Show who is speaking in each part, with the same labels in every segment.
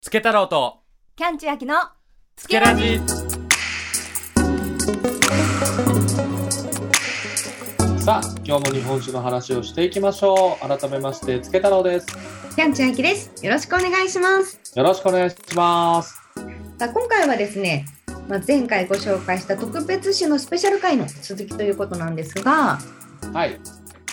Speaker 1: つけ太郎と、
Speaker 2: キャンチュアキの
Speaker 1: つ
Speaker 2: けラジ
Speaker 3: さあ今日も日本酒の話をしていきましょう改めましてつけ太郎です
Speaker 4: キャンチャンキです。よろしくお願いします。
Speaker 3: よろしくお願いします
Speaker 4: さあ今回はですね、まあ、前回ご紹介した特別酒のスペシャル回の続きということなんですが、
Speaker 3: はい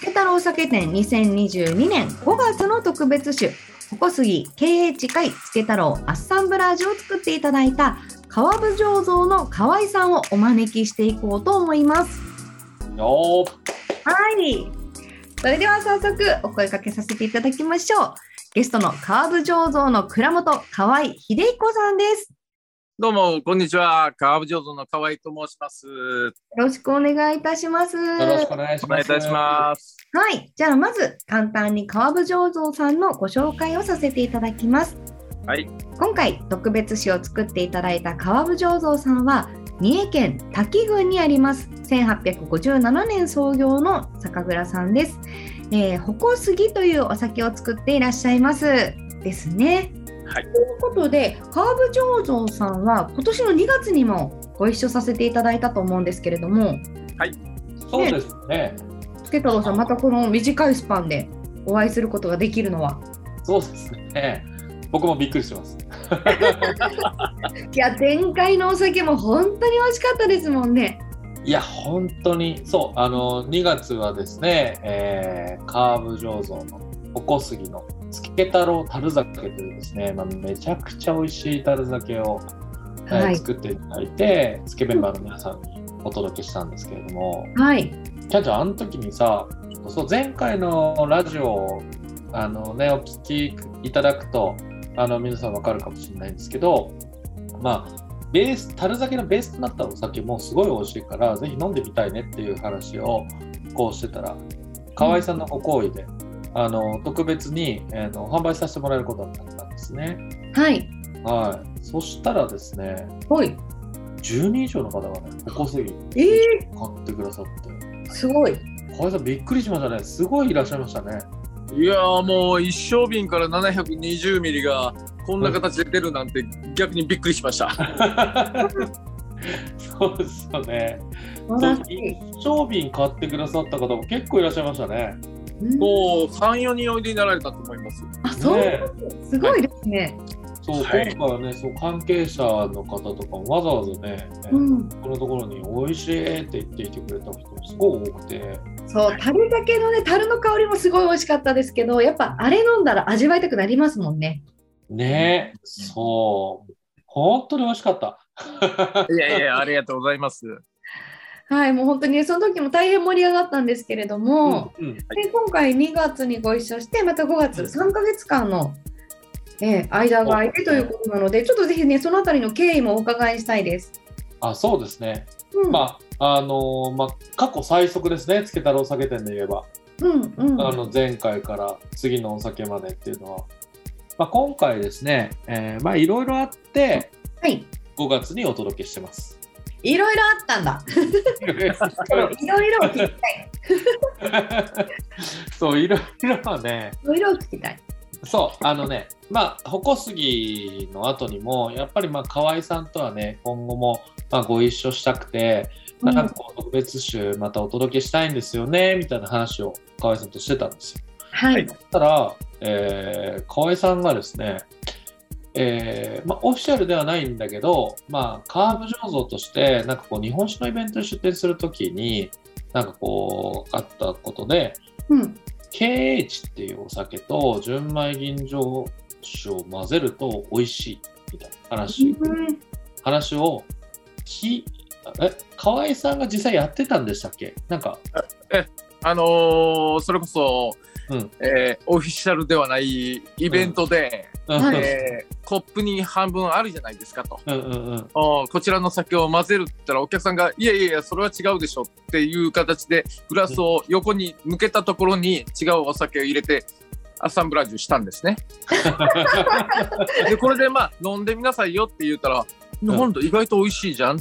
Speaker 4: ケ太郎酒店2022年5月の特別酒、ここ杉経営地会つけ太郎アッサンブラージュを作っていただいた川部醸造の河合さんをお招きしていこうと思います。
Speaker 3: よ
Speaker 4: はい。それでは早速お声掛けさせていただきましょう。ゲストの川部醸造の蔵元河合秀彦さんです。
Speaker 5: どうも、こんにちは。川部醸造の河合と申します。
Speaker 4: よろしくお願いいたします。
Speaker 3: ーよろしく
Speaker 4: は
Speaker 3: お願いし
Speaker 5: お
Speaker 3: ま
Speaker 5: 願いい
Speaker 3: す
Speaker 5: たします。
Speaker 4: い、じゃあまず簡単に川部醸造さんのご紹介をさせていただきます。
Speaker 5: はい。
Speaker 4: 今回特別酒を作っていただいた川部醸造さんは三重県滝郡にあります1857年創業の酒蔵さんです。えー、ほこすぎというお酒を作っていらっしゃいますですね。
Speaker 5: はい
Speaker 4: ということで川部醸造さんは今年の2月にもご一緒させていただいたと思うんですけれども、
Speaker 3: そうですね
Speaker 4: つけ太郎さん、またこの短いスパンでお会いすることができるのは。
Speaker 3: そうですね僕もびっくりしてます
Speaker 4: いや、前回のお酒も本当に美味しかったですもんね。
Speaker 3: いや本当にそうあの2月はですね、えー、カーブ醸造のおこすぎのつけ太郎樽酒というですね、まあ、めちゃくちゃ美味しい樽酒を、はい
Speaker 4: はい
Speaker 3: 作っていただいてつけメンバーの皆さんにお届けしたんですけれども、
Speaker 4: はい。
Speaker 3: キャンちゃんあの時にさそう前回のラジオあの、ね、お聞きいただくとあの皆さんわかるかもしれないんですけどまあベース樽酒のベースとなったお酒もすごい美味しいからぜひ飲んでみたいねっていう話をこうしてたら河合さんのご好意で、あの特別に、えーの販売させてもらえることになったんですね。
Speaker 4: はい。
Speaker 3: はい、そしたらですね
Speaker 4: ほい。
Speaker 3: 10人以上の方がねおこすぎ買
Speaker 4: ええ
Speaker 3: ってくださって。
Speaker 4: すごい。
Speaker 3: 河合さんびっくりしましたね。すごいいらっしゃいましたね。
Speaker 5: いやーもう一升瓶から720ミリがこんな形で出るなんて逆にびっくりしました。
Speaker 3: そうですよね。そ
Speaker 4: 素晴ら
Speaker 3: う
Speaker 4: しい。
Speaker 3: 一商品買ってくださった方も結構いらっしゃいましたね。
Speaker 4: うん
Speaker 5: もう3、4人おいでになられたと思います。
Speaker 4: あ、そう、
Speaker 3: ね
Speaker 4: すごいですね。
Speaker 3: そう、
Speaker 5: はい
Speaker 3: 今回はね、そう関係者の方とかもわざわざね、
Speaker 4: うん。
Speaker 3: このところに美味しいって言っていてくれた人もすごい多くて、
Speaker 4: そう、樽だけのね、樽の香りもすごい美味しかったですけど、やっぱあれ飲んだら味わいたくなりますもんね。
Speaker 3: ね、そう、本当に美味しかった。
Speaker 5: いやいや、ありがとうございます。
Speaker 4: はい、もう本当にねその時も大変盛り上がったんですけれども、
Speaker 3: うん、
Speaker 4: で今回2月にご一緒してまた5月3ヶ月間の、えー間が空いてということなのでちょっとぜひねそのあたりの経緯もお伺いしたいです。
Speaker 3: あ、そうですね。
Speaker 4: うん
Speaker 3: まあ、あのーまあ、過去最速ですね、つけ太郎酒店で言えば。
Speaker 4: うんうん
Speaker 3: あの前回から次のお酒までっていうのは、まあ、今回ですね、えーまあいろいろあって
Speaker 4: はい
Speaker 3: 5月にお届けしてます。
Speaker 4: いろいろあったんだ。いろいろ聞きたい。
Speaker 3: そういろいろはね
Speaker 4: いろいろ聞きたい。
Speaker 3: そうあのねまあ矛杉の後にもやっぱりまあ河合さんとはね今後もまあご一緒したくて、
Speaker 4: うん
Speaker 3: なんかこう特別集またお届けしたいんですよねみたいな話を河合さんとしてたんですよ。
Speaker 4: はい。
Speaker 3: そしたら、えー河合さんがですね、えーまあ、オフィシャルではないんだけど、まあ、カーブ醸造としてなんかこう日本酒のイベントに出店するときになんかこうあったことで
Speaker 4: うん。
Speaker 3: KH っていうお酒と純米吟醸酒を混ぜると美味しいみたいな話,、
Speaker 4: うん
Speaker 3: 話をきえ河合さんが実際やってたんでしたっけなんか
Speaker 5: あのーそれこそ、
Speaker 3: うん
Speaker 5: えーオフィシャルではないイベントで、
Speaker 4: はい
Speaker 5: えーコップに半分あるじゃないですかと。
Speaker 3: うんうんうん
Speaker 5: あーこちらの酒を混ぜるって言ったらお客さんが「いやいやいやそれは違うでしょ」っていう形でグラスを横に向けたところに違うお酒を入れてアッサンブラージュしたんですね。でこれでまあ飲んでみなさいよって言ったら「なんだ意外と美味しいじゃん」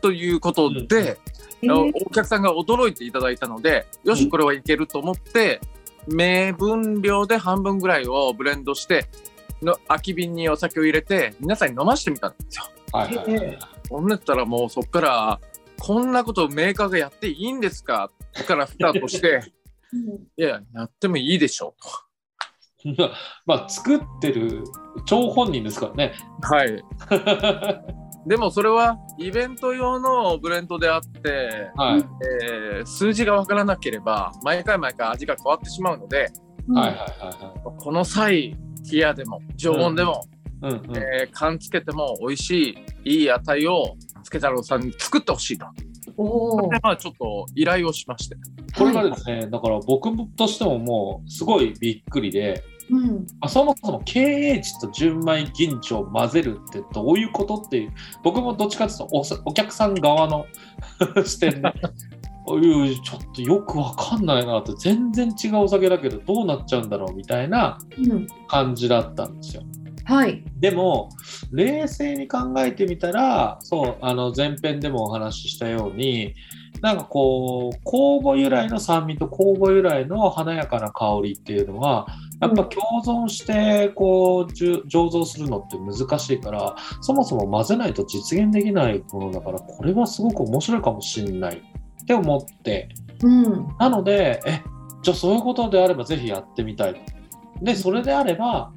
Speaker 5: ということで、
Speaker 4: え
Speaker 5: あの
Speaker 4: ー
Speaker 5: お客さんが驚いていただいたのでよ
Speaker 3: う
Speaker 5: し
Speaker 3: ん
Speaker 5: これはいけると思って名分量で半分ぐらいをブレンドしての空き瓶にお酒を入れて皆さんに飲ましてみたんですよ。
Speaker 3: はいはいはい。
Speaker 5: ほんだったらもうそっからこんなことメーカーがやっていいんですかからスタートしていやいややってもいいでしょう
Speaker 3: まあ、作ってる張本人ですからね。
Speaker 5: と。はい、でもそれはイベント用のブレンドであって、
Speaker 3: はい。
Speaker 5: えー数字が分からなければ毎回毎回味が変わってしまうので
Speaker 3: はいはいは
Speaker 5: この際冷やでも常温でも、
Speaker 3: いはい。うんうん。
Speaker 5: えー缶つけても美味しいいい値をつけ太郎さんに作ってほしいと。
Speaker 4: おお
Speaker 5: これ。はちょっと依頼をしまして。
Speaker 3: これがですね、だから僕としてももうすごいびっくりで、
Speaker 4: うん。
Speaker 3: あそもそも経営値と純米銀茶を混ぜるってどういうことっていう、僕もどっちかっていうとおさお客さん側の 視点で、おいおいちょっとよくわかんないなって、全然違うお酒だけどどうなっちゃうんだろうみたいな
Speaker 4: うん。
Speaker 3: 感じだったんですよ。
Speaker 4: はい。
Speaker 3: でも冷静に考えてみたらそうあの前編でもお話ししたようになんかこう酵母由来の酸味と酵母由来の華やかな香りっていうのはやっぱ共存してこうじゅ醸造するのって難しいからそもそも混ぜないと実現できないものだからこれはすごく面白いかもしんないって思って
Speaker 4: うん。
Speaker 3: なので、え、じゃあそういうことであればぜひやってみたいと。で、それであれば、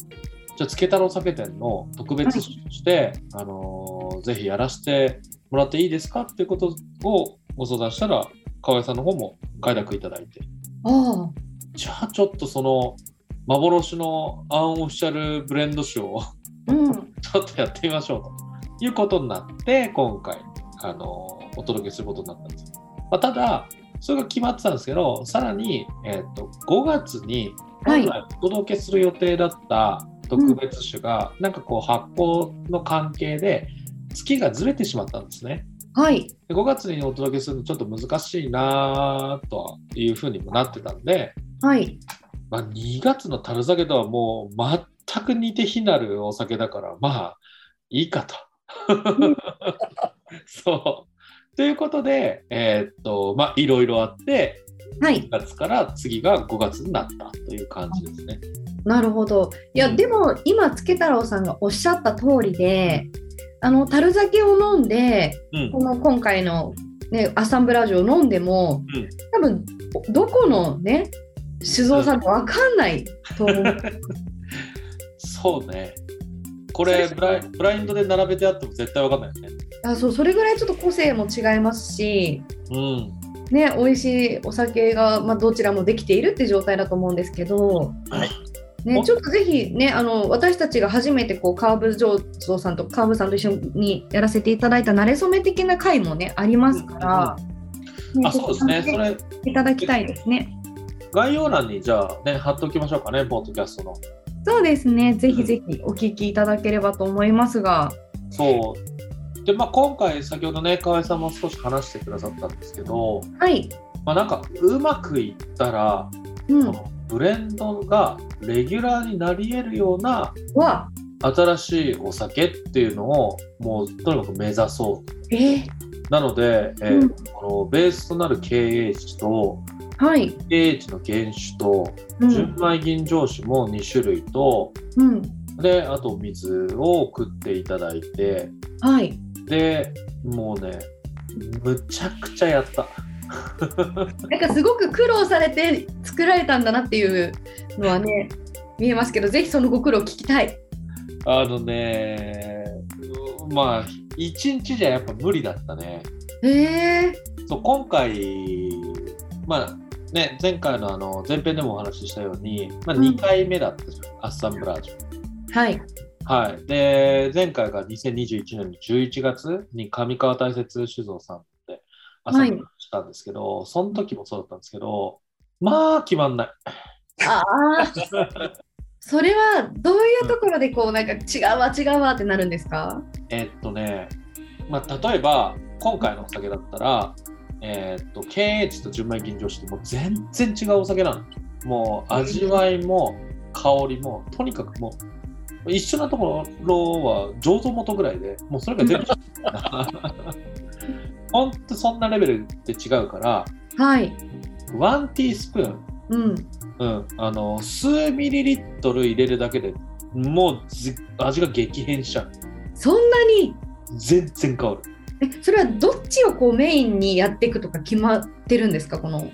Speaker 3: じゃあ、つけ太郎酒店の特別誌として、あのーぜひやらせてもらっていいですかっていうことをご相談したら、河合さんの方も快諾いただいて、
Speaker 4: あ
Speaker 3: じゃあちょっとその、幻のアンオフィシャルブレンド酒を
Speaker 4: あ。うん。
Speaker 3: ちょっとやってみましょうということになって、今回、あのーお届けすることになったんですよ。まあ、ただ、それが決まってたんですけど、さらに、えー、と5月に
Speaker 4: はい
Speaker 3: 本来お届けする予定だった特別酒が、なんかこう発酵の関係で月がずれてしまったんですね。
Speaker 4: はい。
Speaker 3: で5月にお届けするのちょっと難しいなあとはいうふうにもなってたんで、
Speaker 4: はい。
Speaker 3: まあ、2月の樽酒とはもう全く似て非なるお酒だからまあいいかと。 そうということで、えーっとまあ、いろいろあって
Speaker 4: はい
Speaker 3: 2。月から次が5月になったという感じですね。
Speaker 4: なるほど。いや、
Speaker 3: うん
Speaker 4: でも、今、つけ太郎さんがおっしゃった通りで。あの、樽酒を飲んで、
Speaker 3: うん
Speaker 4: この今回の。ね、アサンブラージュを飲んでも、
Speaker 3: うん
Speaker 4: 多分どこのね酒造さんかわかんないと思う、
Speaker 3: そうね。これブライ、ブラインドで並べてあっても絶対わかんないよね。
Speaker 4: あそうそれぐらいちょっと個性も違いますし
Speaker 3: うん。
Speaker 4: ね、美味しいお酒が、まあ、どちらもできているって状態だと思うんですけど、
Speaker 3: はい
Speaker 4: ね、ちょっとぜひ、ね、あの私たちが初めてこうカーブ醸造さんとカーブさんと一緒にやらせていただいた慣れ初め的な回も、ね、ありますから、
Speaker 3: あ、そうですね。そ
Speaker 4: れ
Speaker 3: れ、
Speaker 4: いただきたいですね。
Speaker 3: 概要欄にじゃあね、貼っておきましょうかね、ポッドキャストの。
Speaker 4: そうですねぜひぜひお聞きいただければと思いますが、
Speaker 3: そう。で、まあ、今回、先ほどね、河合さんも少し話してくださったんですけど、
Speaker 4: はい、
Speaker 3: まあ、なんか、うまくいったら、
Speaker 4: う
Speaker 3: そ
Speaker 4: ん、
Speaker 3: のブレンドがレギュラーになり得るような
Speaker 4: は
Speaker 3: 新しいお酒っていうのを、もう、とにかく目指そう
Speaker 4: えー
Speaker 3: なので、えー
Speaker 4: うん
Speaker 3: このベースとなる経営値と
Speaker 4: はい、
Speaker 3: 経営値の原酒と
Speaker 4: う
Speaker 3: 純
Speaker 4: ん
Speaker 3: 米吟醸酒も2種類と、
Speaker 4: うん
Speaker 3: であと水を送っていただいて
Speaker 4: はい、
Speaker 3: でもうねむちゃくちゃやった
Speaker 4: なんかすごく苦労されて作られたんだなっていうのはね見えますけどぜひそのご苦労聞きたい。
Speaker 3: あのねうまあ1日じゃやっぱ無理だったね
Speaker 4: へえ
Speaker 3: そう今回まあね、前回のあの前編でもお話ししたように、まあ、
Speaker 4: うん
Speaker 3: 2回目だったじゃん、アッサンブラージュ。
Speaker 4: はい
Speaker 3: はい、で前回が2021年の11月に上川大雪酒造さんって朝
Speaker 4: はい
Speaker 3: にしたんですけど、その時もそうだったんですけどまあ決まんない
Speaker 4: ああそれはどういうところでこうなんか違うわ違うわってなるんですか
Speaker 3: えっとね、まあ、例えば今回のお酒だったら、えっと経営値と純米吟醸酒ってもう全然違うお酒なのもう味わいも香りもとにかくもう一緒なところは醸造元ぐらいでもうそれが全部 ほんとそんなレベルで違うから
Speaker 4: はい
Speaker 3: ワンティースプーン、
Speaker 4: うん
Speaker 3: うん、あの数ミリリットル入れるだけでもうじ味が激変しちゃう
Speaker 4: そんなに
Speaker 3: 全然変わる
Speaker 4: えそれはどっちをこうメインにやっていくとか決まってるんですかこの、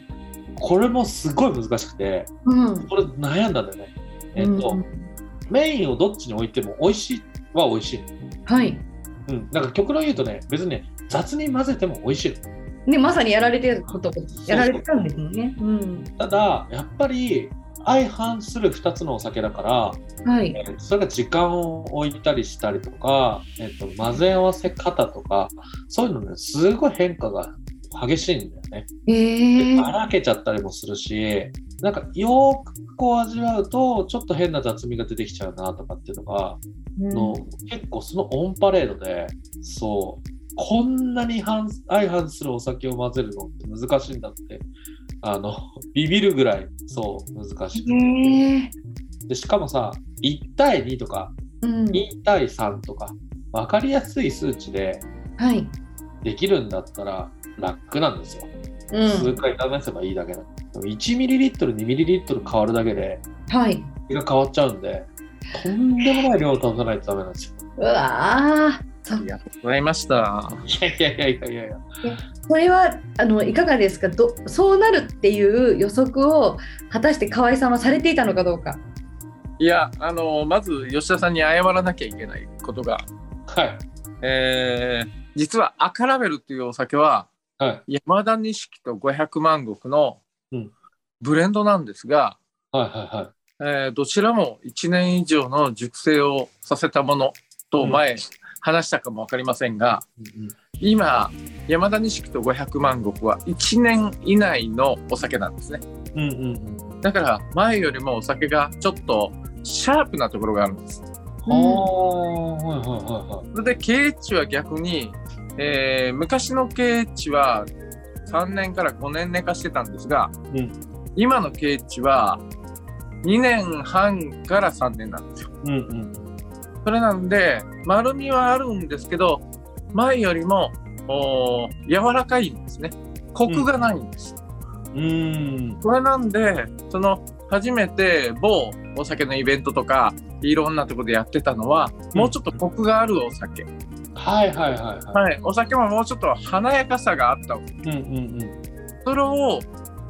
Speaker 3: これもすごい難しくて
Speaker 4: うん
Speaker 3: これ悩んだんだよねえっ、と、
Speaker 4: うん
Speaker 3: メインをどっちに置いても美味しいは美味しい
Speaker 4: はい
Speaker 3: うん、なんか極論言うとね、別にね、雑に混ぜても美味しいの。
Speaker 4: ね、まさにやられてること
Speaker 3: う
Speaker 4: やられてたんですもんね。うん、
Speaker 3: ただ、やっぱり相反する2つのお酒だから、
Speaker 4: はい、
Speaker 3: えーそれが時間を置いたりしたりとか、えっと混ぜ合わせ方とか、そういうのね、すごい変化が激しいんだよね。
Speaker 4: え
Speaker 3: で
Speaker 4: え
Speaker 3: ばらけちゃったりもするし、なんかよーくこう味わうと、ちょっと変な雑味が出てきちゃうなとかっていうのが、の結構そのオンパレードでそうこんなに反相反するお酒を混ぜるのって難しいんだってあの ビビるぐらいそう難しい、
Speaker 4: ええ
Speaker 3: でしかもさ1対2とか
Speaker 4: うん、
Speaker 3: 2対3とか分かりやすい数値で
Speaker 4: はい、
Speaker 3: できるんだったら楽なんですよ、
Speaker 4: う
Speaker 3: 数
Speaker 4: ん、
Speaker 3: 回試せばいいだけだでも 1ml2ml 変わるだけで
Speaker 4: はい、
Speaker 3: 味が変わっちゃうんでとんでもない量を足さないとダメなんですよ
Speaker 4: うわあ、
Speaker 5: ありがとうございました。
Speaker 3: いやいやいやいやいやいや
Speaker 4: これはあのいかがですかど、そうなるっていう予測を果たして河合さんはされていたのかどうか。
Speaker 5: いや、あの、まず吉田さんに謝らなきゃいけないことが、
Speaker 3: はい
Speaker 5: えー実は赤ラベルっていうお酒は、
Speaker 3: はい
Speaker 5: 山田錦と五百万石の
Speaker 3: うん
Speaker 5: ブレンドなんですが、
Speaker 3: はいはいはい
Speaker 5: えーどちらも1年以上の熟成をさせたものと前、話したかも分かりませんが、
Speaker 3: うん
Speaker 5: 今山田錦と五百万石は1年以内のお酒なんですね
Speaker 3: うんうんうんうん。
Speaker 5: だから前よりもお酒がちょっとシャープなところがあるんです
Speaker 3: ああ、はいはいは
Speaker 5: それで経営値は逆に、えー昔の経営値は3年から5年寝かしてたんですが、
Speaker 3: うん
Speaker 5: 今の経営値は2年半から3年なんですよ
Speaker 3: いはい。うんうん。
Speaker 5: それなんで丸みはあるんですけど前よりもおー柔らかいんですねコクがないんです、
Speaker 3: うーん。
Speaker 5: これなんでその初めて某お酒のイベントとかいろんなところでやってたのは、
Speaker 3: うん
Speaker 5: もうちょっとコクがあるお酒、
Speaker 3: はいはいはいは
Speaker 5: はい、お酒ももうちょっと華やかさがあったお酒
Speaker 3: い。うんうん
Speaker 5: それを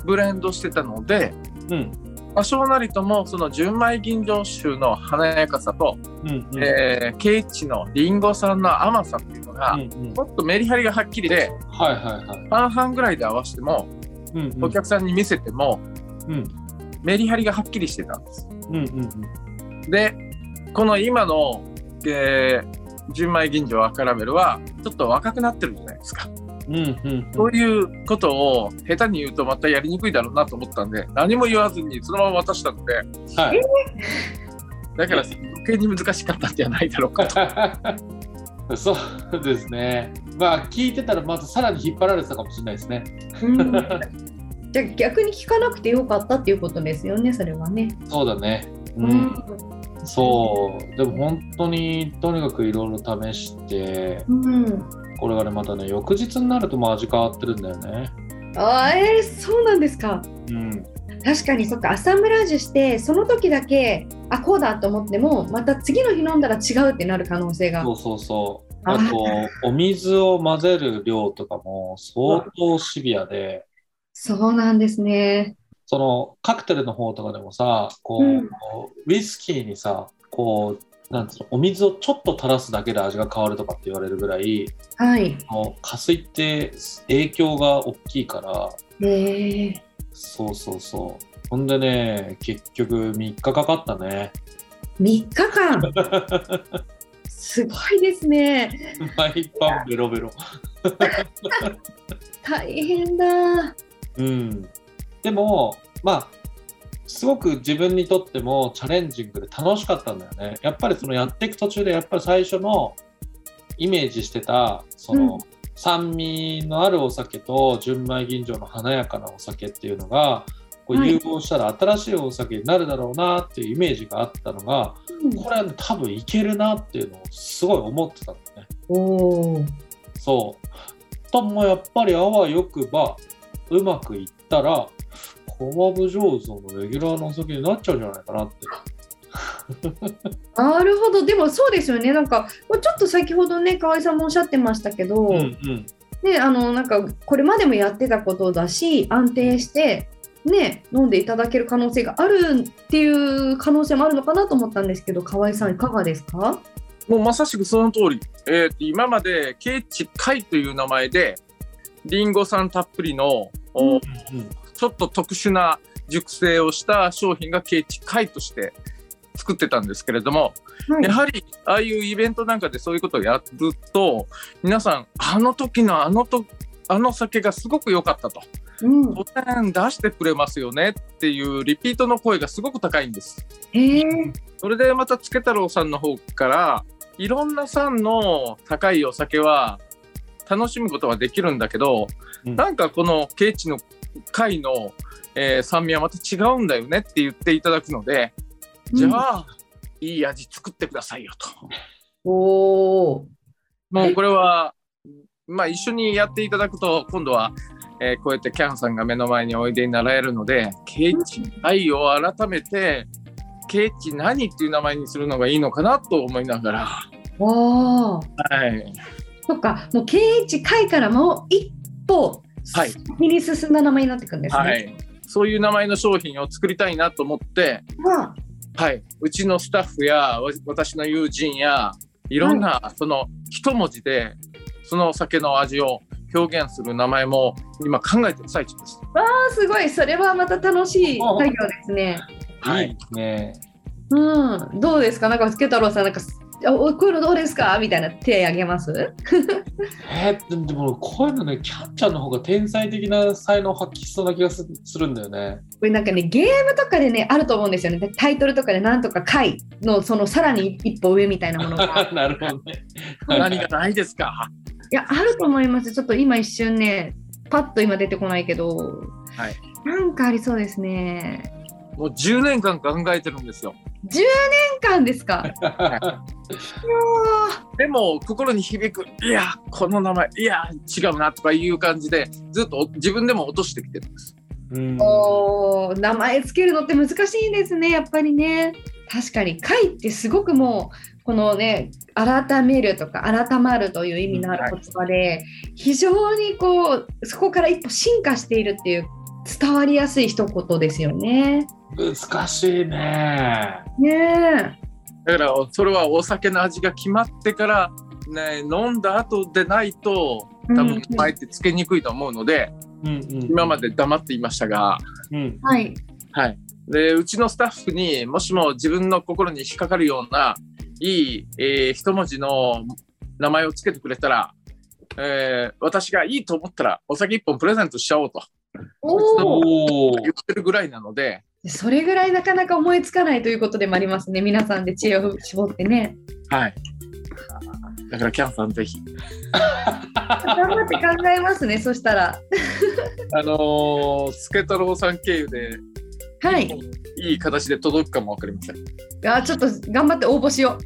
Speaker 5: ブレンドしてたので
Speaker 3: うん。うん。
Speaker 5: 多少なりともその純米吟醸酒の華やかさと、
Speaker 3: うんうん。
Speaker 5: えーケイチのリンゴさんの甘さっていうのが、
Speaker 3: うんうん。
Speaker 5: ちょっとメリハリがはっきりで
Speaker 3: はいはいはい。
Speaker 5: 半々ぐらいで合わせても、
Speaker 3: うんうん。
Speaker 5: お客さんに見せても
Speaker 3: うん
Speaker 5: メリハリがはっきりしてたんです。
Speaker 3: うんうんうん。
Speaker 5: でこの今の、えー純米吟醸赤ラベルはちょっと若くなってるじゃないですか、
Speaker 3: うんうん
Speaker 5: そういうことを下手に言うとまたやりにくいだろうなと思ったんで何も言わずにそのまま渡したので
Speaker 3: うん。はい。
Speaker 5: だから余計に難しかったんじゃないだろうかと
Speaker 3: そうですね。まあ聞いてたらまたさらに引っ張られてたかもしれないですね。
Speaker 4: うん、じゃあ逆に聞かなくてよかったっていうことですよね、それはね。
Speaker 3: そうだね。う。
Speaker 4: うん
Speaker 3: そう。でも本当にとにかくいろいろ試して、
Speaker 4: うん、
Speaker 3: これがねまたね翌日になるともう味変わってるんだよね。
Speaker 4: あーえー、そうなんですか。
Speaker 3: うん。
Speaker 4: 確かにそっかアサムラージュしてその時だけあこうだと思ってもまた次の日飲んだら違うってなる可能性が
Speaker 3: そうそうそう。
Speaker 4: あ
Speaker 3: あと、お水を混ぜる量とかも相当シビアで、
Speaker 4: そうなんですね
Speaker 3: そのカクテルの方とかでもさ、こう、
Speaker 4: うん
Speaker 3: ウイスキーにさ、こう、なんつうの、お水をちょっと垂らすだけで味が変わるとかって言われるぐらい、
Speaker 4: はい
Speaker 3: もう加水って影響が大きいから、
Speaker 4: へえ
Speaker 3: そうそうそう。ほんでね、結局3日かかったね。
Speaker 4: 3日間すごいですね
Speaker 3: 毎晩ベロベロ。
Speaker 4: 大変だ
Speaker 3: うん、でもまあすごく自分にとってもチャレンジングで楽しかったんだよねやっぱりそのやっていく途中でやっぱり最初のイメージしてたその、
Speaker 4: うん
Speaker 3: 酸味のあるお酒と純米吟醸の華やかなお酒っていうのがこう
Speaker 4: はい
Speaker 3: 融合したら新しいお酒になるだろうなっていうイメージがあったのがこれは、ね、多分いけるなっていうのをすごい思ってたんだよね。
Speaker 4: おお
Speaker 3: そう。ともやっぱりあわよくばうまくいったら、コマブ醸造のレギュラーのお酒になっちゃうんじゃないかなって。
Speaker 4: なるほどでもそうですよねなんかちょっと先ほどね河合さんもおっしゃってましたけど、
Speaker 3: うんうん
Speaker 4: ね、あのなんかこれまでもやってたことだし安定して、ね、飲んでいただける可能性があるっていう可能性もあるのかなと思ったんですけど河合さんいかがですか
Speaker 5: もうまさしくその通り、えーと今までケーチ会という名前でリンゴ酸たっぷりの、お
Speaker 3: うん
Speaker 5: ちょっと特殊な熟成をした商品がケーチ会として作ってたんですけれども、
Speaker 4: はい
Speaker 5: やはりああいうイベントなんかでそういうことをやると皆さんあの時のあのとあの酒がすごく良かったと
Speaker 4: うん
Speaker 5: 当然出してくれますよねっていうリピートの声がすごく高いんです。
Speaker 4: へえ
Speaker 5: それでまたつけ太郎さんの方からいろんな産の高いお酒は楽しむことはできるんだけど、
Speaker 3: うん
Speaker 5: なんかこのケーチの貝の、えー酸味はまた違うんだよねって言っていただくので、じゃあいい味作ってくださいよと。
Speaker 4: おー
Speaker 5: もうこれは、まあ、一緒にやっていただくと今度は、えーこうやってキャンさんが目の前においでになられるのでケーチ愛を改めてケーチ何っていう名前にするのがいいのかなと思いながら、
Speaker 4: わー
Speaker 5: はい、
Speaker 4: そっかもう経営値会からもう一歩
Speaker 5: はい
Speaker 4: 先に進んだ名前になってくるんですね。
Speaker 5: はい、そういう名前の商品を作りたいなと思って、
Speaker 4: まあ
Speaker 5: はい、うちのスタッフやわ私の友人やいろんな、その一文字でそのお酒の味を表現する名前も今考えてる最中です。
Speaker 4: あすごいそれはまた楽しい作業ですね。
Speaker 5: はい
Speaker 3: いいですね。
Speaker 4: うん、どうですか、なんか、つけ太郎さん、なんか、あおこういうのどうですかみたいな手あげます。
Speaker 3: えーでもでもこういうのね、キャンちゃんの方が天才的な才能を発揮しそうな気がすするんだよね。
Speaker 4: これなんかね、ゲームとかでね、あると思うんですよね。タイトルとかで、なんとか回の、そのさらに一歩上みたいなもの が。
Speaker 3: なるほどね。
Speaker 5: 何がないですか。
Speaker 4: いや、あると思います。ちょっと今一瞬ね、パッと今出てこないけど。
Speaker 5: はい
Speaker 4: なんかありそうですね。
Speaker 5: もう10年間考えてるんですよ。
Speaker 4: 10年間ですか。 うわ
Speaker 5: でも心に響く、いや、この名前、いや、違うなとかいう感じで、ずっと自分でも落としてきてるんです。
Speaker 3: うん
Speaker 4: ーおー名前つけるのって難しいですね、やっぱりね。確かに、回ってすごくもう、このね、改めるとか、改まるという意味のある言葉で、非常にこう、そこから一歩進化しているっていう、伝わりやすい一言ですよね。
Speaker 3: 難しいね。
Speaker 4: ねえ。
Speaker 5: だから、それはお酒の味が決まってから、ね、飲んだ後でないと、
Speaker 4: うん
Speaker 5: 多分名前ってつけにくいと思うので、
Speaker 3: うんうん、
Speaker 5: 今まで黙っていましたが、
Speaker 3: うん、
Speaker 4: はい。
Speaker 5: はい。で、うちのスタッフにもしも自分の心に引っかかるような、いい、えー一文字の名前をつけてくれたら、えー私がいいと思ったら、お酒一本プレゼントしちゃおうと
Speaker 4: おお。
Speaker 3: おお
Speaker 5: 言ってるぐらいなので、
Speaker 4: それぐらいなかなか思いつかないということでもありますね。皆さんで知恵を絞ってね。
Speaker 5: はい。だからキャンさんぜひ。
Speaker 4: 頑張って考えますね、そしたら。
Speaker 5: あのー、助太郎さん経由で
Speaker 4: はい。
Speaker 5: いい形で届くかもわかりません。
Speaker 4: あちょっと頑張って応募しよう。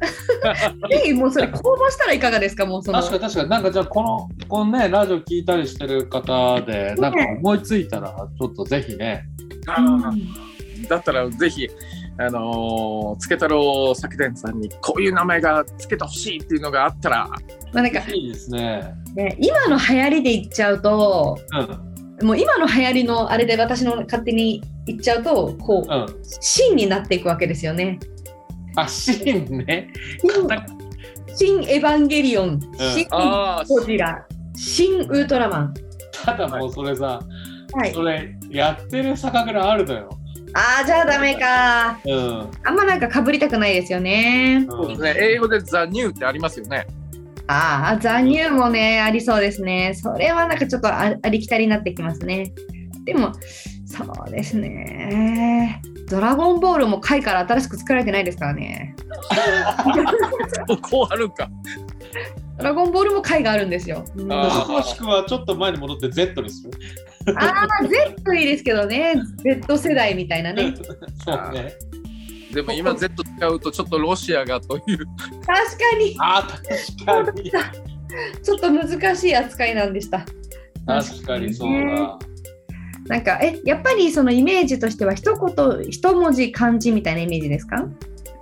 Speaker 4: ぜひもうそれ公募したらいかがですかもうその。
Speaker 3: 確かに確かになんかじゃあこのこのねラジオ聞いたりしてる方でなんか思いついたらちょっとぜひね
Speaker 4: うん
Speaker 5: だったらぜひ、あのー、助太郎酒店さんにこういう名前がつけてほしいっていうのがあったら、
Speaker 4: まあなんか、
Speaker 3: いいですね。
Speaker 4: ね、今の流行りで言っちゃうと
Speaker 3: うん
Speaker 4: もう今の流行りのあれで私の勝手に言っちゃうとこう
Speaker 3: うん。
Speaker 4: 真になっていくわけですよね。
Speaker 3: あシーンね。
Speaker 4: 新エヴァンゲリオン、新
Speaker 5: ああ、
Speaker 4: ゴジラ、新ウルトラマン。
Speaker 3: ただもうそれさ、
Speaker 4: はい、
Speaker 3: それやってる酒蔵あるのよ。
Speaker 4: ああじゃあダメか。
Speaker 3: うん。
Speaker 4: あんまなんか被りたくないですよね。
Speaker 5: そうですね。英語でザニューってありますよね。
Speaker 4: ああ、ザニューもね、ありそうですね。それはなんかちょっとあありきたりになってきますね。でも、そうですね。ドラゴンボールも回から新しく作られてないですからね。
Speaker 5: こ こうあるか。
Speaker 4: ドラゴンボールも回があるんですよ。うん
Speaker 5: あ
Speaker 4: あ
Speaker 5: ー
Speaker 3: もしくはちょっと前に戻って Z にする。
Speaker 4: あー、Z いいですけどね。Z 世代みたいなね。
Speaker 3: そうね。
Speaker 5: でも今 Z 使うとちょっとロシアがという。
Speaker 4: 確かに、
Speaker 3: あ確かに。
Speaker 4: ちょっと難しい扱いなんでした。
Speaker 3: 確かにそうだ。
Speaker 4: なんか、え、やっぱりそのイメージとしては、一言、一文字漢字みたいなイメージですか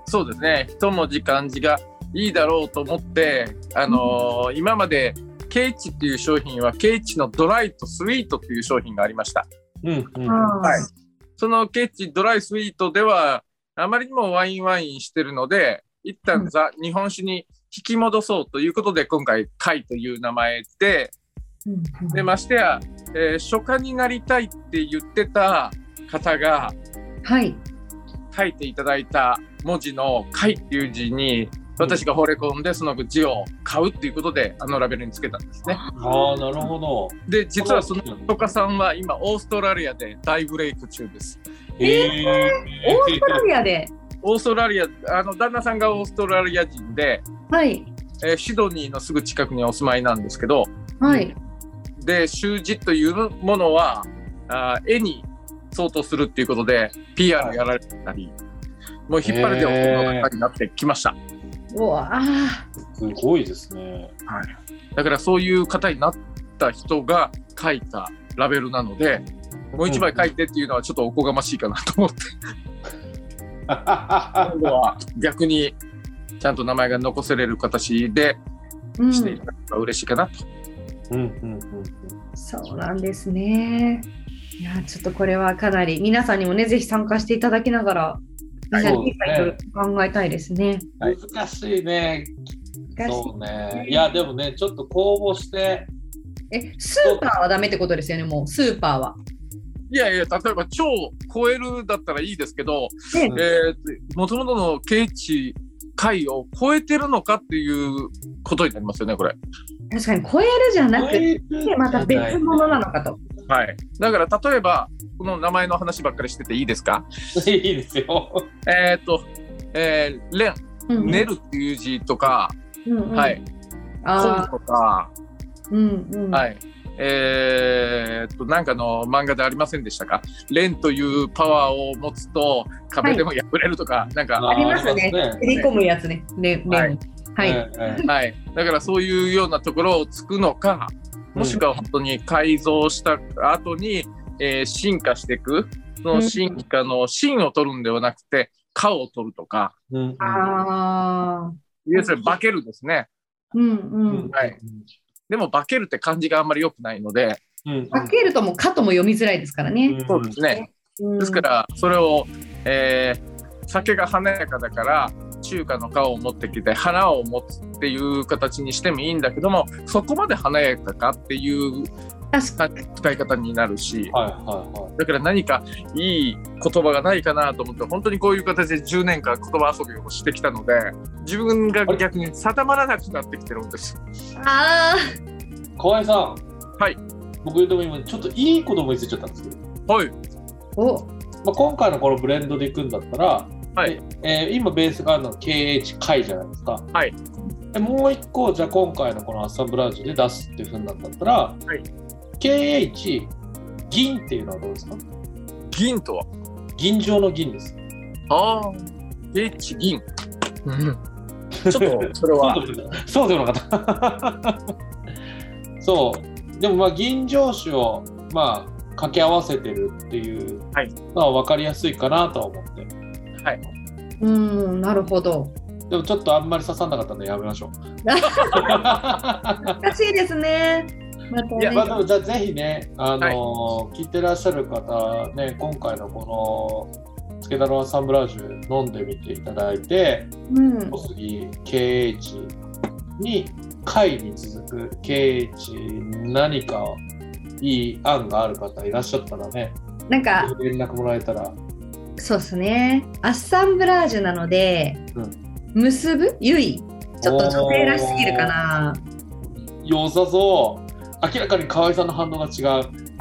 Speaker 5: そうですね人の時間字がいいだろうと思って、あのー今までケイチっていう商品はケイチのドライとスイートっていう商品がありました
Speaker 3: うんうん。
Speaker 5: いそのケイチドライスイートではあまりにもワインワインしてるので一旦ザ、日本酒に引き戻そうということで今回「会」という名前ででましてや、えー初夏になりたいって言ってた方が
Speaker 4: はい。
Speaker 5: 書いていただいた文字の「会」っていう字に私が惚れ込んでその字を買うっていうことであのラベルにつけたんですね。
Speaker 3: ああ、なるほど。
Speaker 5: で実はそのとかさんは今オーストラリアで大ブレイク中です。
Speaker 3: ええ
Speaker 4: オーストラリアで。
Speaker 5: オーストラリアあの旦那さんがオーストラリア人で、
Speaker 4: はい。
Speaker 5: えーシドニーのすぐ近くにお住まいなんですけど
Speaker 4: はい。
Speaker 5: で習字というものはあー絵に相当するっていうことで PR やられたり、もう引っ張れてお
Speaker 3: へー
Speaker 5: の中になってきました。
Speaker 4: うわあ。
Speaker 3: すごいですね。
Speaker 5: だからそういう方になった人が書いたラベルなので、もう一枚書いてっていうのはちょっとおこがましいかなと思って、今度は逆にちゃんと名前が残せれる形で
Speaker 4: うん。
Speaker 5: していただけば嬉しいかなと。
Speaker 3: うんうんうん。
Speaker 4: そうなんですね。いや、ちょっとこれはかなり皆さんにもね、ぜひ参加していただきながら。
Speaker 5: はい
Speaker 4: じゃあいいタイトル考えたいですね。
Speaker 5: はい
Speaker 3: 難しいね。
Speaker 4: 難しい
Speaker 3: そうね。いや、でもね、ちょっと公募して、
Speaker 4: え、スーパーはダメってことですよね。もうスーパーは。
Speaker 5: いやいや、例えば超超えるだったらいいですけど、
Speaker 4: ね
Speaker 3: うん
Speaker 5: えー、もともとの経値回を超えてるのかっていうことになりますよね、これ。
Speaker 4: 確かに超えるじゃなくて、
Speaker 3: えー
Speaker 4: また別物なのかと。
Speaker 5: はい。だから例えば、この名前の話ばっかりしてていいですか
Speaker 3: いいですよ。
Speaker 5: えっ、と、えー、レン、
Speaker 4: うん
Speaker 5: 寝るっていう字とか、
Speaker 4: うんうん
Speaker 5: はい、コン
Speaker 4: ああ、
Speaker 5: とか、
Speaker 4: うんうん。
Speaker 5: はい、えーっと、なんかの漫画でありませんでしたか、レンというパワーを持つと、壁でも破れるとか、なんか、
Speaker 4: ありますね
Speaker 3: あ
Speaker 4: 切り込むやつね。ね、ね。
Speaker 5: は
Speaker 4: はいい。
Speaker 3: ええええ
Speaker 5: はい、だからそういうようなところをつくのか、もしくは本当に改造した後に、えー進化していく、その進化の芯を取るんではなくて、化を取るとか、
Speaker 3: うんうん
Speaker 4: ああ、
Speaker 5: 要するに化けるですね。
Speaker 4: うんう
Speaker 3: うん
Speaker 4: ん。
Speaker 5: はい。でも化けるって漢字があんまり良くないので、
Speaker 3: うん
Speaker 4: かけるともかとも読みづらいですからね。
Speaker 5: そうですね。
Speaker 4: うん
Speaker 5: ですからそれを、えー酒が華やかだから中華の花を持ってきて花を持つっていう形にしてもいいんだけどもそこまで華やかかっていう
Speaker 4: 確か
Speaker 5: 使い方になるし
Speaker 3: はいはいはい。
Speaker 5: だから何かいい言葉がないかなと思って本当にこういう形で10年間言葉遊びをしてきたので自分が逆に定まらなくなってきてるんです。
Speaker 4: に。ああ、
Speaker 3: 河合さん。
Speaker 5: はい。
Speaker 3: 僕でも今ちょっといいこと思いついちゃったんですけど、
Speaker 5: はい、
Speaker 4: お、
Speaker 3: まあ、今回のこのブレンドでいくんだったら、
Speaker 5: はい
Speaker 3: ええー今ベースがあるのは KH 回じゃないですか。
Speaker 5: はい
Speaker 3: でもう一個じゃあ今回のこのアッサンブラージュで出すっていうふうになったったら、
Speaker 5: い
Speaker 3: KH 銀っていうのはどうですか
Speaker 5: 銀とは
Speaker 3: 銀状の銀です。
Speaker 5: ああ、え、銀。うん。ちょっと、それは。
Speaker 3: そうでもなかった。そう。でもまあ銀上紙をまあ掛け合わせてるっていう
Speaker 5: はい
Speaker 3: のは分かりやすいかなとは思って。
Speaker 4: うん、なるほど。
Speaker 3: でもちょっとあんまり刺さんなかったんでやめましょう。
Speaker 4: 難しいですね。ま
Speaker 5: いや
Speaker 3: まあ
Speaker 4: た
Speaker 3: で
Speaker 4: ね。
Speaker 3: もじゃあぜひね、あのー聞いてらっしゃる方、ね、今回のこの「つけだろアサンブラージュ」飲んでみていただいて
Speaker 4: うん
Speaker 3: 小。杉 KH に会に続く KH 何かいい案がある方いらっしゃったらね
Speaker 4: なんか、
Speaker 3: 連絡もらえたら
Speaker 4: そうですね。アッサンブラージュなので
Speaker 3: う、
Speaker 4: 結ぶゆい。ちょっと女性らしすぎるかな。
Speaker 3: 良さそう明らかに河合さんの反応が違う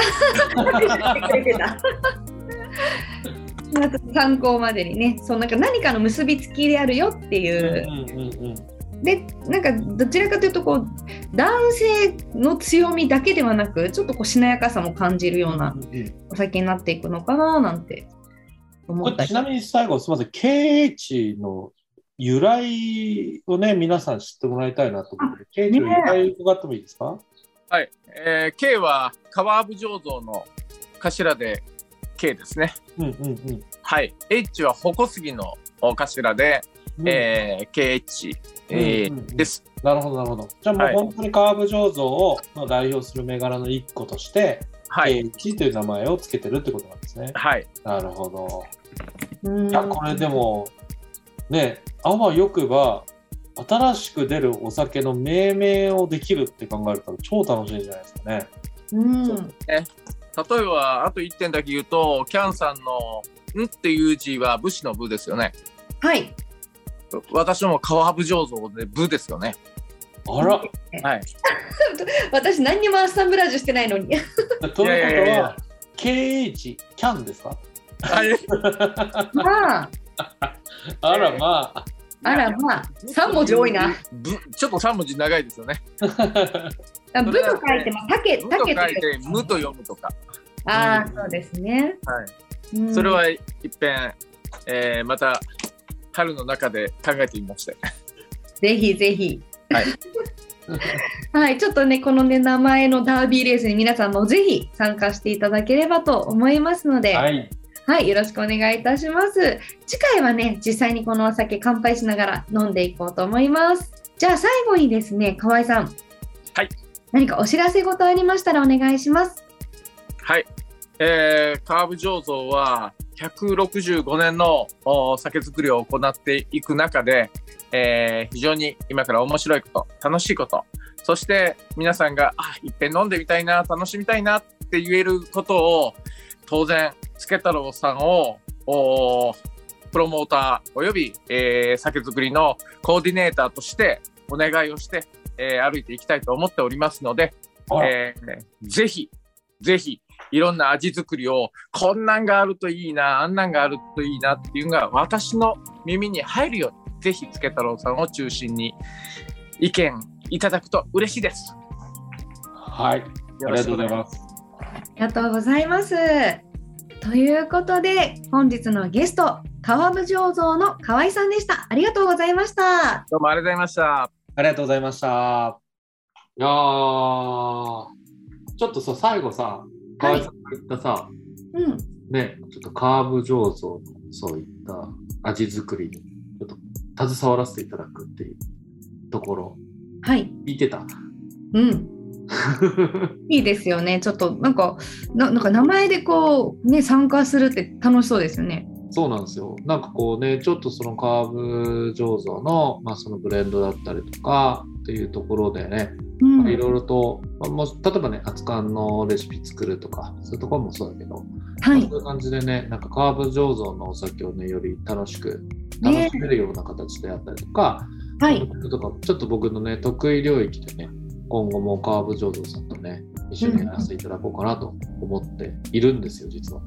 Speaker 4: あと参考までにねそうなんか何かの結びつきであるよっていううん
Speaker 3: うんうん
Speaker 4: でなんかどちらかというとこう男性の強みだけではなくちょっとこうしなやかさも感じるようなお酒になっていくのかななんて思
Speaker 3: こ
Speaker 4: った
Speaker 3: れ
Speaker 4: り
Speaker 3: ちなみに最後すみません KH の由来をね皆さん知ってもらいたいなと思って KH の由来伺ってもいいですか、
Speaker 5: はい。えー、K は、川部醸造の頭で K ですね。
Speaker 3: うんうんうん
Speaker 5: はい。H は、矛杉のお頭で、えー経営地、えー
Speaker 3: うんうんうん
Speaker 5: です。
Speaker 3: なるほど、なるほど。じゃあもう
Speaker 5: はい
Speaker 3: 本当にカーブ醸造をまあ代表する銘柄の一個として、
Speaker 5: はい、
Speaker 3: ケーキという名前をつけてるってことなんですね。
Speaker 5: はい、
Speaker 3: なるほど。
Speaker 4: うん
Speaker 3: いや、これでも、ね、あわよくば、新しく出るお酒の命名をできるって考えると超楽しいじゃないですかね。
Speaker 4: うん
Speaker 5: 例えばあと1点だけ言うとキャンさんの「ん」っていう字は武士の部ですよね
Speaker 4: はい
Speaker 5: 私のも川部醸造で部ですよね
Speaker 3: あら、
Speaker 5: はい
Speaker 4: 私何にもアッサンブラージュしてないの に
Speaker 3: と
Speaker 5: いやい
Speaker 3: い
Speaker 5: や
Speaker 3: う
Speaker 5: い
Speaker 3: こ
Speaker 5: やい
Speaker 3: と
Speaker 5: や
Speaker 3: は、KH、キャンですか
Speaker 4: まあ
Speaker 3: あら、まあ。
Speaker 4: あらまあ3文字多いな
Speaker 5: 部ちょっと3文字長いですよね
Speaker 4: あ部と書いてまあ竹
Speaker 5: 「部」
Speaker 4: 竹
Speaker 5: と書い
Speaker 4: って
Speaker 5: て「無」と読むとか、
Speaker 4: ああそうですね、
Speaker 5: はい
Speaker 4: うん
Speaker 5: それはいっぺん、えーまた春の中で考えてみました
Speaker 4: ぜひぜひ。
Speaker 5: はい
Speaker 4: はい、ちょっとね、このね、名前のダービーレースに皆さんもぜひ参加していただければと思いますので、は、
Speaker 3: はいい。
Speaker 4: よろしくお願いいたします。次回はね、実際にこのお酒乾杯しながら飲んでいこうと思います。じゃあ最後にですね、河合さん。
Speaker 5: はい。
Speaker 4: 何かお知らせ事ありましたらお願いします。
Speaker 5: はい、えー、カーブ醸造は165年のお酒造りを行っていく中で、えー非常に今から面白いこと楽しいことそして皆さんがあいっぺん飲んでみたいな楽しみたいなって言えることを当然助太郎さんをおープロモーターおよび、えー酒造りのコーディネーターとしてお願いをして、えー歩いていきたいと思っておりますので、
Speaker 3: あら
Speaker 5: えーぜひ、ぜひ、いろんな味作りを、こんなんがあるといいな、あんなんがあるといいなっていうのが、私の耳に入るように、ぜひ、つけ太郎さんを中心に、意見いただくと嬉しいです。
Speaker 3: はい。ありがとうございます。
Speaker 4: ありがとうございます。ということで、本日のゲスト、川部醸造の河合さんでした。ありがとうございました。
Speaker 5: どうもありがとうございました。
Speaker 3: ありがとうございました。いやーちょっとさ、最後さ、川合さんが言ったさ、
Speaker 4: うん。
Speaker 3: ね、ちょっとカーブ醸造のそういった味作りに、ちょっと携わらせていただくっていうところ、
Speaker 4: はい。
Speaker 3: 見てた。
Speaker 4: うん。いいですよね。ちょっとなんか、ななんか名前でこう、ね、参加するって楽しそうですよね。
Speaker 3: そうなんですよ。なんかこうね、ちょっとそのカーブ醸造の、まあ、そのブレンドだったりとかっていうところでね、
Speaker 4: うん。
Speaker 3: まあいろいろと、まあ、もう例えばね、熱燗のレシピ作るとか、そういうところもそうだけど、
Speaker 4: は
Speaker 3: まあ
Speaker 4: い
Speaker 3: そ。ういう感じでね、なんかカーブ醸造のお酒をね、より楽しく、楽
Speaker 4: ね
Speaker 3: しめるような形であったりとか、
Speaker 4: はい。
Speaker 3: とかちょっと僕のね得意領域でね今後もカーブ醸造さんとね一緒にやらせていただこうかなと思っているんですよ、実は。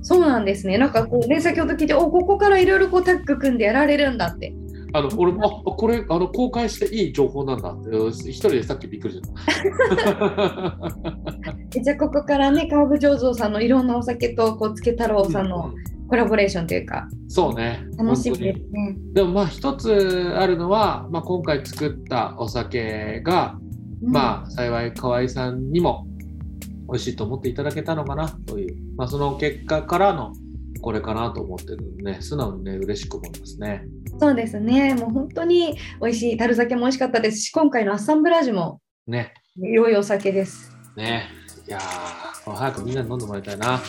Speaker 4: そうなんですね。なんかこう、ね、先ほど聞いて、お、ここからいろいろこうタッグ組んでやられるんだって。
Speaker 3: あの俺もあこれあの公開していい情報なんだって一人でさっきびっくりし た。
Speaker 4: えじゃあ、ここからね、川口醸造さんのいろんなお酒と、こう、つけ太郎さんのコラボレーションというか、
Speaker 3: そうね
Speaker 4: 楽しみ
Speaker 3: 本当に
Speaker 4: ですね。
Speaker 3: でもまあ一つあるのは、まあ、今回作ったお酒が、
Speaker 4: うん
Speaker 3: まあ幸い河合さんにも美味しいと思っていただけたのかなという、まあ、その結果からのこれかなと思ってるので、ね、素直にね嬉しく思いますね。
Speaker 4: そうですね。もう本当に美味しい、樽酒も美味しかったですし、今回のアッサンブラージュも
Speaker 3: ね。
Speaker 4: 良いお酒です。
Speaker 3: ね。いやー、早くみんなに飲んでもらいたいな。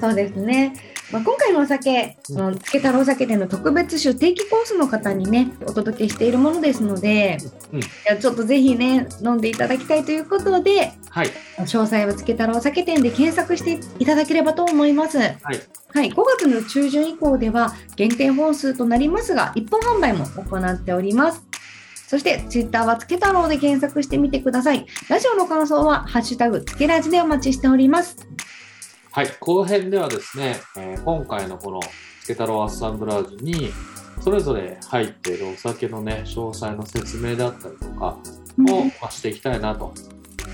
Speaker 4: そうですね。まあ、今回のお酒、そのつけ太郎酒店の特別酒定期コースの方にね、お届けしているものですので、
Speaker 3: うん
Speaker 4: いやちょっとぜひね、飲んでいただきたいということで、
Speaker 3: はい。
Speaker 4: 詳細はつけ太郎酒店で検索していただければと思います。はい
Speaker 3: い。
Speaker 4: 5月の中旬以降では、限定本数となりますが、一本販売も行っております。そして、ツイッターはつけ太郎で検索してみてください。ラジオの感想は、ハッシュタグ、つけラジでお待ちしております。
Speaker 3: はい。後編ではですね、えー今回のこの、つけ太郎アッサンブラージュに、それぞれ入っているお酒のね、詳細の説明だったりとかを、まあしていきたいなと。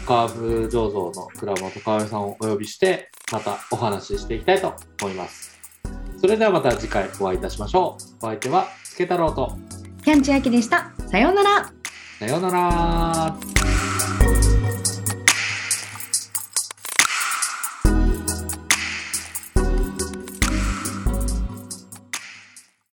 Speaker 3: カーブ醸造の倉本かおりさんをお呼びして、またお話ししていきたいと思います。それではまた次回お会いいたしましょう。お相手は、つけ太郎と、
Speaker 4: キャンチアキでした。さようなら。
Speaker 3: さようなら